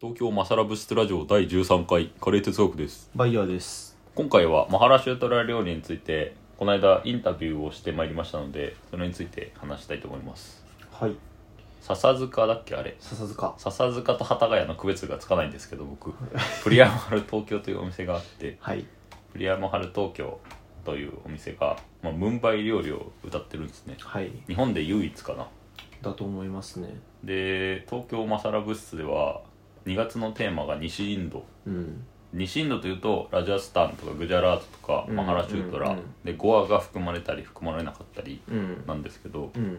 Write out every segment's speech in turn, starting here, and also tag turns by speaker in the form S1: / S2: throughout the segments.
S1: 東京マサラブストラジオ第13回カレー哲学です
S2: バイヤーです。
S1: 今回はマハラシュートラ料理についてこの間インタビューをしてまいりましたのでそれについて話したいと思います
S2: はい。
S1: 笹塚だっけあれ
S2: 笹塚。
S1: 笹塚と幡ヶ谷の区別がつかないんですけど僕プリアムハル東京というお店があって
S2: はい。
S1: プリアムハル東京というお店が、まあ、ムンバイ料理を歌ってるんですね
S2: はい。
S1: 日本で唯一かな
S2: だと思いますね。
S1: で東京マサラブ室では2月のテーマが西インド
S2: うん。
S1: 西インドというとラジャスタンとかグジャラートとか
S2: うん
S1: マハラチュートラ、
S2: うんうん
S1: でゴアが含まれたり含まれなかったり
S2: うん。
S1: なんですけど
S2: うん。うん。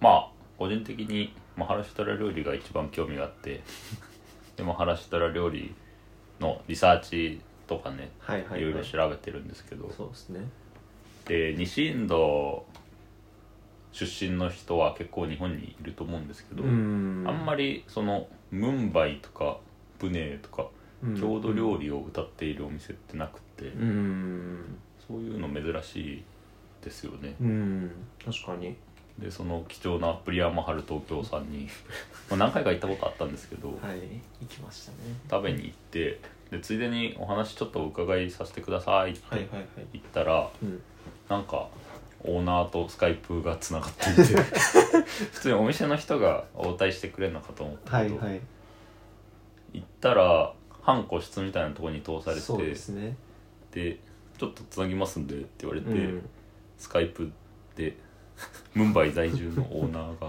S1: まあ個人的にマハラシュトラ料理が一番興味があって でマハラシュトラ料理のリサーチとかね
S2: はいはいい、
S1: ろい
S2: は
S1: ろ
S2: い。
S1: 調べてるんですけど、
S2: そうですね。
S1: で西インド出身の人は結構日本にいると思うんですけど、
S2: ん
S1: あんま
S2: り、
S1: りそのムンバイとかプネーとか郷土料理を歌っているお店ってなくて、
S2: 理。うん。
S1: そういうの珍しいですよね
S2: うん。確かに。
S1: でその貴重なプリアマハル東京さんに まあ何回か行ったことあったんですけど、
S2: はい。行きましたね。
S1: 食べに行ってでついでにお話ちょっとお伺いさせてくださいって
S2: はいはいはい。
S1: 言ったら、
S2: うん。
S1: なんかオーナーとスカイプがつながってい て普通にお店の人が応対してくれるのかと思った
S2: は
S1: け
S2: い
S1: ど、
S2: はい。
S1: 行ったら半個室みたいなところに通され
S2: そうで
S1: て
S2: すね。
S1: でちょっとつなぎますんでって言われて、
S2: うん。
S1: スカイプでムンバイ在住のオーナーが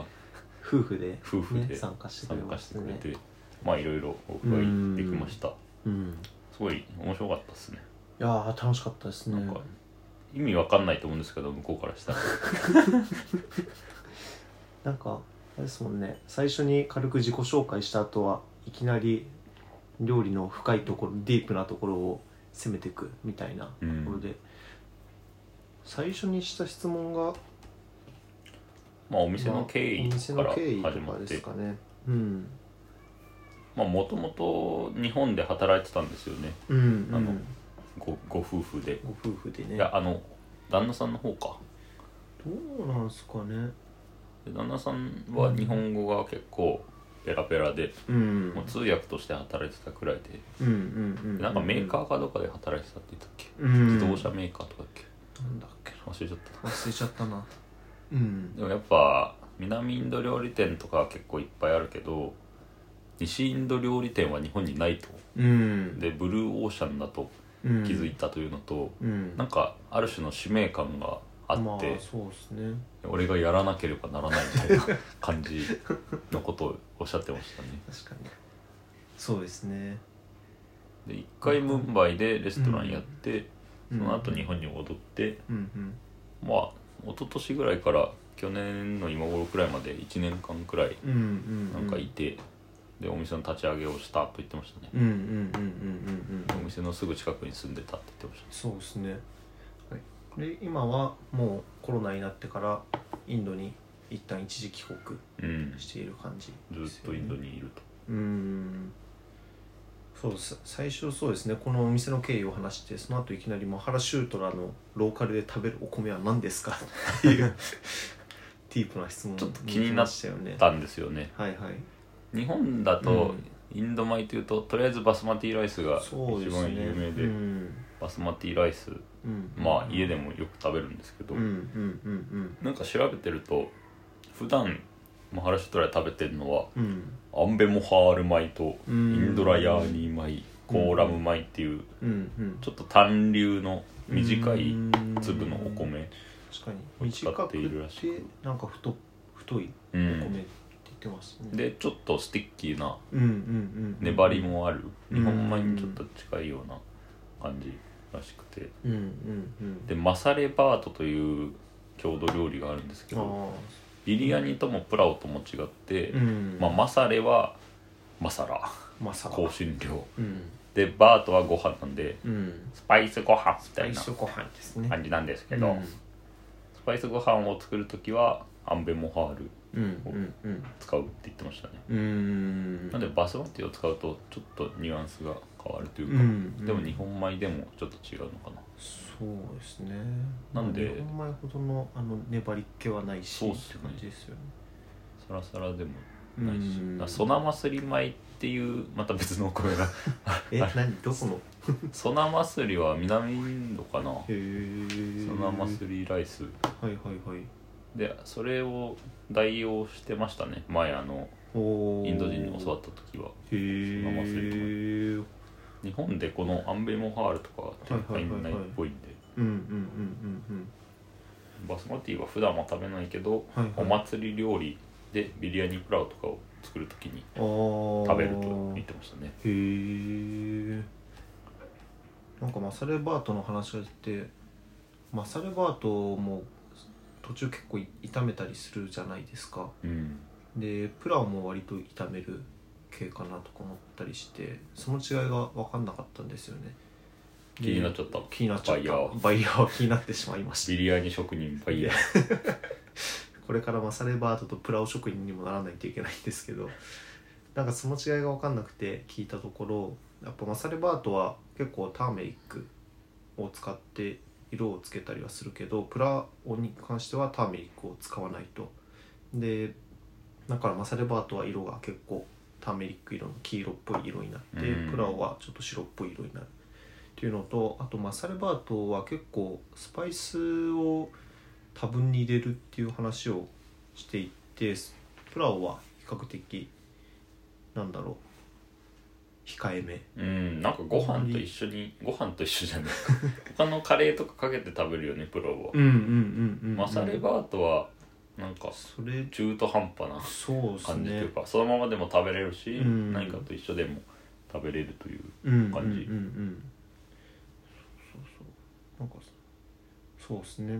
S2: 夫婦で、
S1: 夫婦で
S2: ね参加してく
S1: 参
S2: れま
S1: 加し
S2: してた
S1: くれ
S2: ね。
S1: て、まあいろいろお伺いできました
S2: うん。
S1: すごい面白かったですね
S2: いやー、楽しかったですね。
S1: なんか意味わかんないと思うんですけど向こうからしたら
S2: なんかあれですもんね最初に軽く自己紹介した後はいきなり料理の深いところディープなところを攻めていくみたいな
S1: う
S2: と
S1: ん
S2: ころで、最初にした質問が
S1: まあお店の経緯とか
S2: まあお店の
S1: ら
S2: 経緯と
S1: 始ま
S2: か
S1: っ
S2: です
S1: て
S2: かねうん
S1: まあもともと日本で働いてたんですよね
S2: うんうん
S1: あのごご夫婦で、
S2: ご夫婦でね
S1: いやあの旦那さんの方か
S2: どうなんすかね
S1: で旦那さんは日本語が結構ペラペラで、
S2: うん
S1: もう通訳として働いてたくらいで
S2: うんうんうん
S1: でなんかメーカーかどっかで働いてたって言ったっけ、
S2: うん
S1: 自動車メーカーとかだっけ
S2: なんだっけな
S1: 忘れちゃった
S2: 忘れちゃったなうん
S1: でもやっぱ南インド料理店とかは結構いっぱいあるけど西インド料理店は日本にないと
S2: うん
S1: でブルーオーシャンだと
S2: 気
S1: 気づいたというのと、
S2: うん
S1: なんかある種の使命感があって、
S2: まあそうですね
S1: 俺がやらなければならないみたいな感じのことをおっしゃってましたね
S2: 確かにそうですね
S1: で一回ムンバイでレストランやって、
S2: うん
S1: その後日本に戻って、
S2: うんうん
S1: まあ一昨年ぐらいから去年の今頃くらいまで1年間くらい
S2: うんうん
S1: なんかいて、でお店の立ち上げをしたと言ってましたね、
S2: うんうんうんうんうんうん
S1: お店のすぐ近くに住んでたって言ってまし
S2: そうですね、はい、で今はもうコロナになってからインドに一旦一時帰国
S1: たうん
S2: している感じ
S1: ずっとインドにいると
S2: うんそうです最初そうですねこのお店の経緯を話してその後いきなりマハラシュートラのローカルで食べるお米は何ですかっていう ディープな質問
S1: ちょっと気になっ
S2: したよね
S1: たんですよね
S2: はいはい
S1: 日本だ
S2: う
S1: と
S2: ん
S1: インド米というととりあえずバスマティライスが一
S2: そうです
S1: 番
S2: ね
S1: 有名で
S2: うん
S1: バスマティライス
S2: うん、
S1: まあ家でもよく食べるんですけ
S2: う
S1: ど、
S2: んうんうん
S1: なんか調べてると普段マハラシュトラで食べてるのは
S2: うんうん
S1: アンベモハール米とイ
S2: うん
S1: ンドラヤーニ米コーラム米っていう
S2: うんうん
S1: ちょっと単粒の短い
S2: うん
S1: 粒のお米
S2: 確かに
S1: を使
S2: 短
S1: っ
S2: く
S1: て
S2: て
S1: いるらしい
S2: なんか太太い
S1: お
S2: お米って言ってますね、
S1: でちょっとスティッキーな
S2: うんうんうんうん
S1: 粘りもある
S2: うん
S1: 日本米にちょっと近いような感じらしくて
S2: うんうんうん
S1: でマサレバートという郷土料理があるんですけ
S2: あ
S1: どビリヤニともプラオとも違って、
S2: ーうん
S1: まあ、マサレはマサラ
S2: まさか
S1: 香辛料
S2: うん
S1: でバートはご飯なんで
S2: うん
S1: スパイスご飯みたい
S2: 大
S1: な
S2: 食ご飯ですね
S1: 感じなんですけど、スパイスご飯を作る時はアンベモハール
S2: うんうんうん
S1: 使うって言ってましたね
S2: うんうん
S1: なんでバスマティを使うとちょっとニュアンスが変わるという
S2: う
S1: か、
S2: ん
S1: でも日本米でもちょっと違うのかな
S2: そうですね
S1: なんで
S2: 日本米ほどのあの粘り気はないし
S1: そうっすね
S2: って感じですよね
S1: サラサラでもないし
S2: うん
S1: だからソナマスリ米っていうまた別のお米 が
S2: え
S1: あれ
S2: 何どこの
S1: ソナマスリは南インドかな
S2: へえ
S1: ソナマスリライス
S2: はいはいはい
S1: でそれを代用してましたね前あの
S2: おー
S1: インド人に教わった時は
S2: へ
S1: ソナマスリ
S2: え
S1: 日本でこのアンベモハールとか手に入んないっぽいんで
S2: うんうんうんうん
S1: バスマティは普段は食べないけど、
S2: はいはい
S1: お祭り料理でビリヤニプラウとかを作るときに
S2: うんああ
S1: 食べると言ってましたね
S2: へえなんかマサレバートの話が出てマサレバートも途中結構い炒めたりするじゃないですか
S1: うん
S2: でプランも割と炒める系かなとか思ったりしてその違いが分かんなかったんですよねで
S1: 気になっちゃった
S2: 気になっちゃっ
S1: バイヤ
S2: た
S1: ー
S2: バイヤーは気 になってしまいました
S1: ビリヤニ職人バイヤー
S2: これからマサレバートとプラオ職人にもならないといけないんですけどなんかその違いが分かんなくて聞いたところやっぱマサレバートは結構ターメリックを使って色をつけたりはするけどプラオに関してはターメリックを使わないとでだからマサレバートは色が結構ターメリック色の黄色っぽい色になって、
S1: うん
S2: プラオはちょっと白っぽい色になるっていうのとあとマサレバートは結構スパイスを多分に入れるっていう話をしていてプラオは比較的なんだろう控えめ
S1: うんなんかご飯と一緒にご飯と一緒じゃない他のカレーとかかけて食べるよねプロは、
S2: うんうんうんうん、うん、
S1: マサレバートはなんか
S2: それ
S1: 中途半端な
S2: そうです
S1: 感じと
S2: ね
S1: いうか、そのままでも食べれるし、
S2: うん
S1: 何かと一緒でも食べれるという
S2: うん
S1: 感じ
S2: うんうんうんそうそうなんかそうですね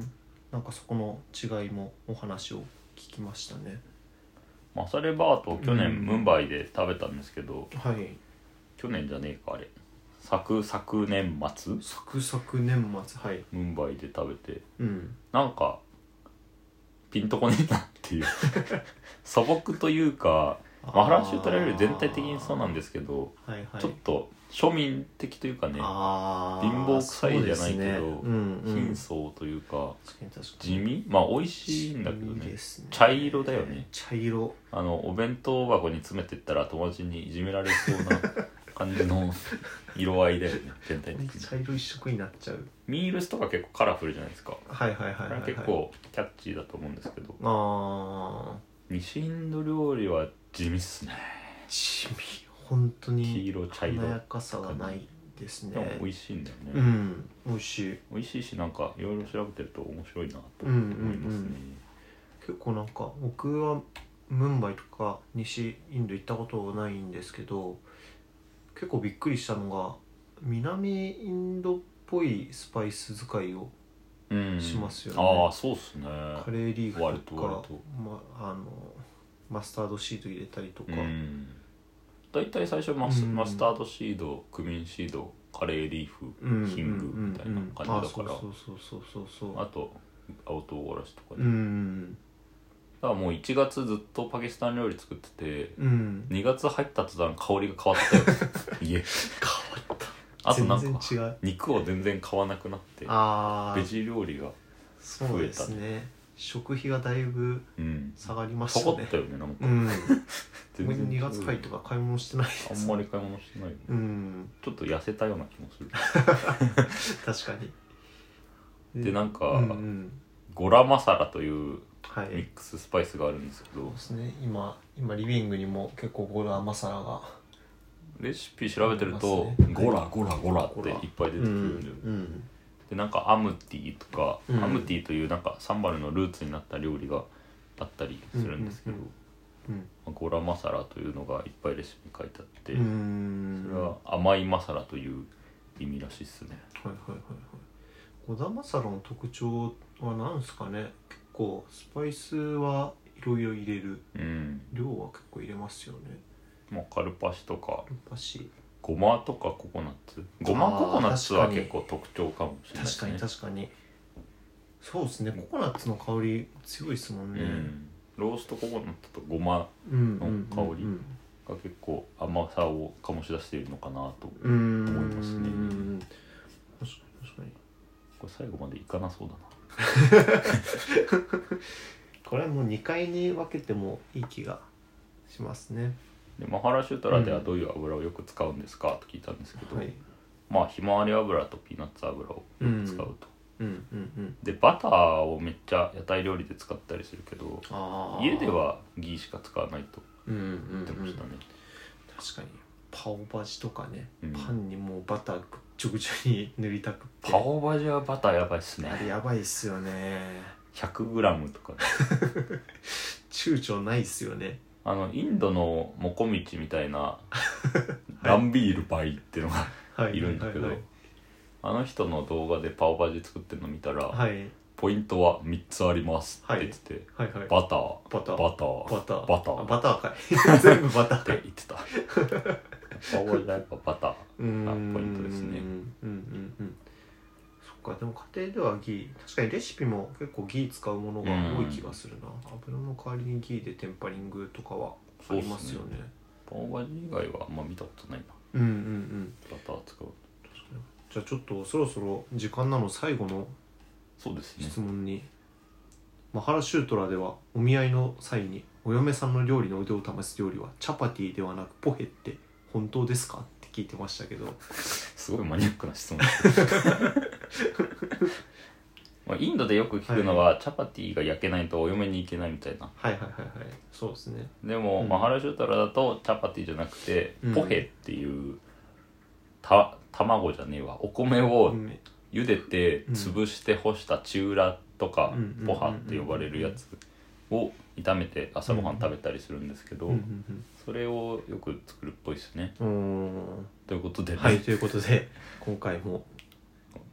S2: なんかそこの違いもお話を聞きましたね
S1: マサレバートを去
S2: うん
S1: 年ムンバイで食べたんですけど、
S2: はい
S1: 去年じゃねえかあれ昨昨年末
S2: 昨昨年末はい
S1: ムンバイで食べて
S2: うん
S1: なんかピンとこねえなって いう素朴というかマハラシュートラより全体的にそうなんですけど、
S2: すはいはい
S1: ちょっと庶民的というかね
S2: あー
S1: 貧乏くさいじゃないけど
S2: そうですねうんうん、
S1: 貧相というか
S2: 確かに確か
S1: 地
S2: に
S1: 味まあ美味しいんだけど
S2: 地味
S1: ね
S2: ですね
S1: 茶色だよね
S2: 茶色
S1: あのお弁当箱に詰めてったら友達にいじめられそうな感じ の色合いだよね全体的に
S2: 茶色一色になっちゃう
S1: ミールスとか結構カラフルじゃないですか
S2: はいはいはい
S1: こ
S2: は
S1: れ
S2: い、
S1: は
S2: はい、
S1: 結構キャッチーだと思うんですけど
S2: あ
S1: 西インド料理は地味っすね
S2: あ地味本当
S1: 黄
S2: に
S1: 色茶色
S2: 華やかさがないですね
S1: でも美味しいんだよね、
S2: うん美味しい
S1: 美味しいしなんかいろいろ調べてると面白いなと
S2: うんうん
S1: 思いますね、
S2: 結構なんか僕はムンバイとか西インド行ったことないんですけど結構びっくりしたのが南インドっぽいスパイス使いを
S1: うん
S2: しますよね
S1: ああそうっすね
S2: カレーリーフ
S1: 割
S2: と
S1: と
S2: か
S1: 割と
S2: ま、あのマスタードシート入れたりとか、
S1: うん大体最初マス,、
S2: うん
S1: マスタードシードクミンシードカレーリーフヒングみたいな感じだから
S2: あそうそうそうそうそう
S1: あと青唐辛子とかね、
S2: う
S1: だか
S2: ん
S1: らもう1月ずっとパキスタン料理作ってて
S2: うん
S1: 2月入った途端香りが変わ ったよ家
S2: 変わった
S1: あとなん
S2: 全
S1: か
S2: 然違う
S1: 肉を全然買わなくなって
S2: ああ
S1: ベジ料理が
S2: そうですね食費がだいぶ
S1: うん
S2: 下がりまし
S1: 下がっ
S2: たね
S1: たよねなん
S2: う
S1: か
S2: ん
S1: 全然
S2: 2月入ってから買い物してないです
S1: あんまり買い物してないよね
S2: うん
S1: ちょっと痩せたような気もする
S2: 確かに
S1: でなんか
S2: うんうん
S1: ゴラマサラという
S2: はい
S1: ミックススパイスがあるんですけ
S2: そう
S1: ど
S2: ですね今今リビングにも結構ゴラマサラが
S1: レシピ調べてると
S2: ありますね
S1: ゴラゴラゴラっていっぱい出てくるんだよね
S2: うん
S1: でなんかアムティとか、
S2: うん
S1: アムティというなんかサンバルのルーツになった料理があったりするんですけど、
S2: うんうん
S1: まあゴラマサラというのがいっぱいレシピに書いてあって、
S2: うん
S1: それは甘いマサラという意味らしいっすね
S2: はいはいはいはい小田マサラの特徴は何ですかね結構スパイスはいろいろ入れる
S1: うん
S2: 量は結構入れますよね
S1: まあカルパシとか
S2: やっぱし
S1: ごまとかココナッツごまココナッツ
S2: あ
S1: は
S2: ー確かに
S1: 結構特徴かもしれないで
S2: 確
S1: す
S2: かに
S1: ね
S2: 確かにそうですねココナッツの香り強いですもんね
S1: う、ん、ローストココナッツとごま
S2: うん、
S1: 香りが結構甘さを醸し出しているのかなと
S2: うんうん
S1: 思いますね
S2: うん確かに確かに
S1: これ最後までいかなそうだな
S2: これはもう2回に分けてもいい気がしますね
S1: でマハラシュトラではどういう油をよく使うんですかと聞いたんですけど、
S2: はい
S1: まあひまわり油とピーナッツ油をよく使うと、
S2: うんうんうん
S1: でバターをめっちゃ屋台料理で使ったりするけど
S2: あー
S1: 家ではギーしか使わないと
S2: うんうん、う
S1: 言
S2: ん、
S1: って
S2: 確
S1: ましたね、
S2: かにパオバジとかね、
S1: うん
S2: パンにもうバターぐっちょぐちょに塗りたくって
S1: パオバジはバターやばいっすね
S2: あれやばいっすよね
S1: 100g とかね
S2: 躊躇ないっすよね
S1: あのインドのモコミチみたいなランビール倍っていうのが
S2: はい
S1: いるんだけど、
S2: はい
S1: あの人の動画でパオバジ作ってるの見たら、
S2: はいはい
S1: ポイントは3つありますって言ってて、
S2: はいはい
S1: バター
S2: バター
S1: バター
S2: バター
S1: バター
S2: あバターかい 全部バター
S1: って言ってたパオバジはやっぱバター
S2: うーん
S1: ポイントですね
S2: うんうんうんそっかでも家庭ではギー確かにレシピも結構ギー使うものが多い気がするな油の代わりにギーでテンパリングとかは ありますよね
S1: パオバジ以外はあんま見たことないな
S2: うんうんうん
S1: バター使う
S2: じゃあちょっとそろそろ時間なの最後の
S1: そうですね
S2: 質問に、マハラシュートラではお見合いの際にお嫁さんの料理の腕を試す料理はチャパティではなくポヘって本当ですかって聞いてましたけど
S1: すごいマニアックな質 問 まあインドでよく聞くのは、チャパティが焼けないとお嫁に行けないみたいな
S2: はいはいはいはいそうですね
S1: でも、
S2: うん
S1: マハラシュトラだとチャパティじゃなくて、
S2: うん
S1: ポヘっていうた卵じゃねえわお米を
S2: うん
S1: 茹でて
S2: うん
S1: 潰して干したチューラとか、
S2: うん
S1: ポハって呼ばれるやつを炒めて朝ごはん食べたりするんですけど、
S2: うんうん
S1: それをよく作るっぽいですね
S2: うんうーん
S1: ということで、ね
S2: はい、ということで、今回も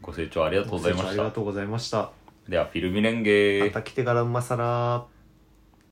S1: ご清聴ありがとうございま
S2: あ
S1: し
S2: りが
S1: た
S2: とうございました。
S1: ではフィルミレンゲ
S2: また来てからうまさら。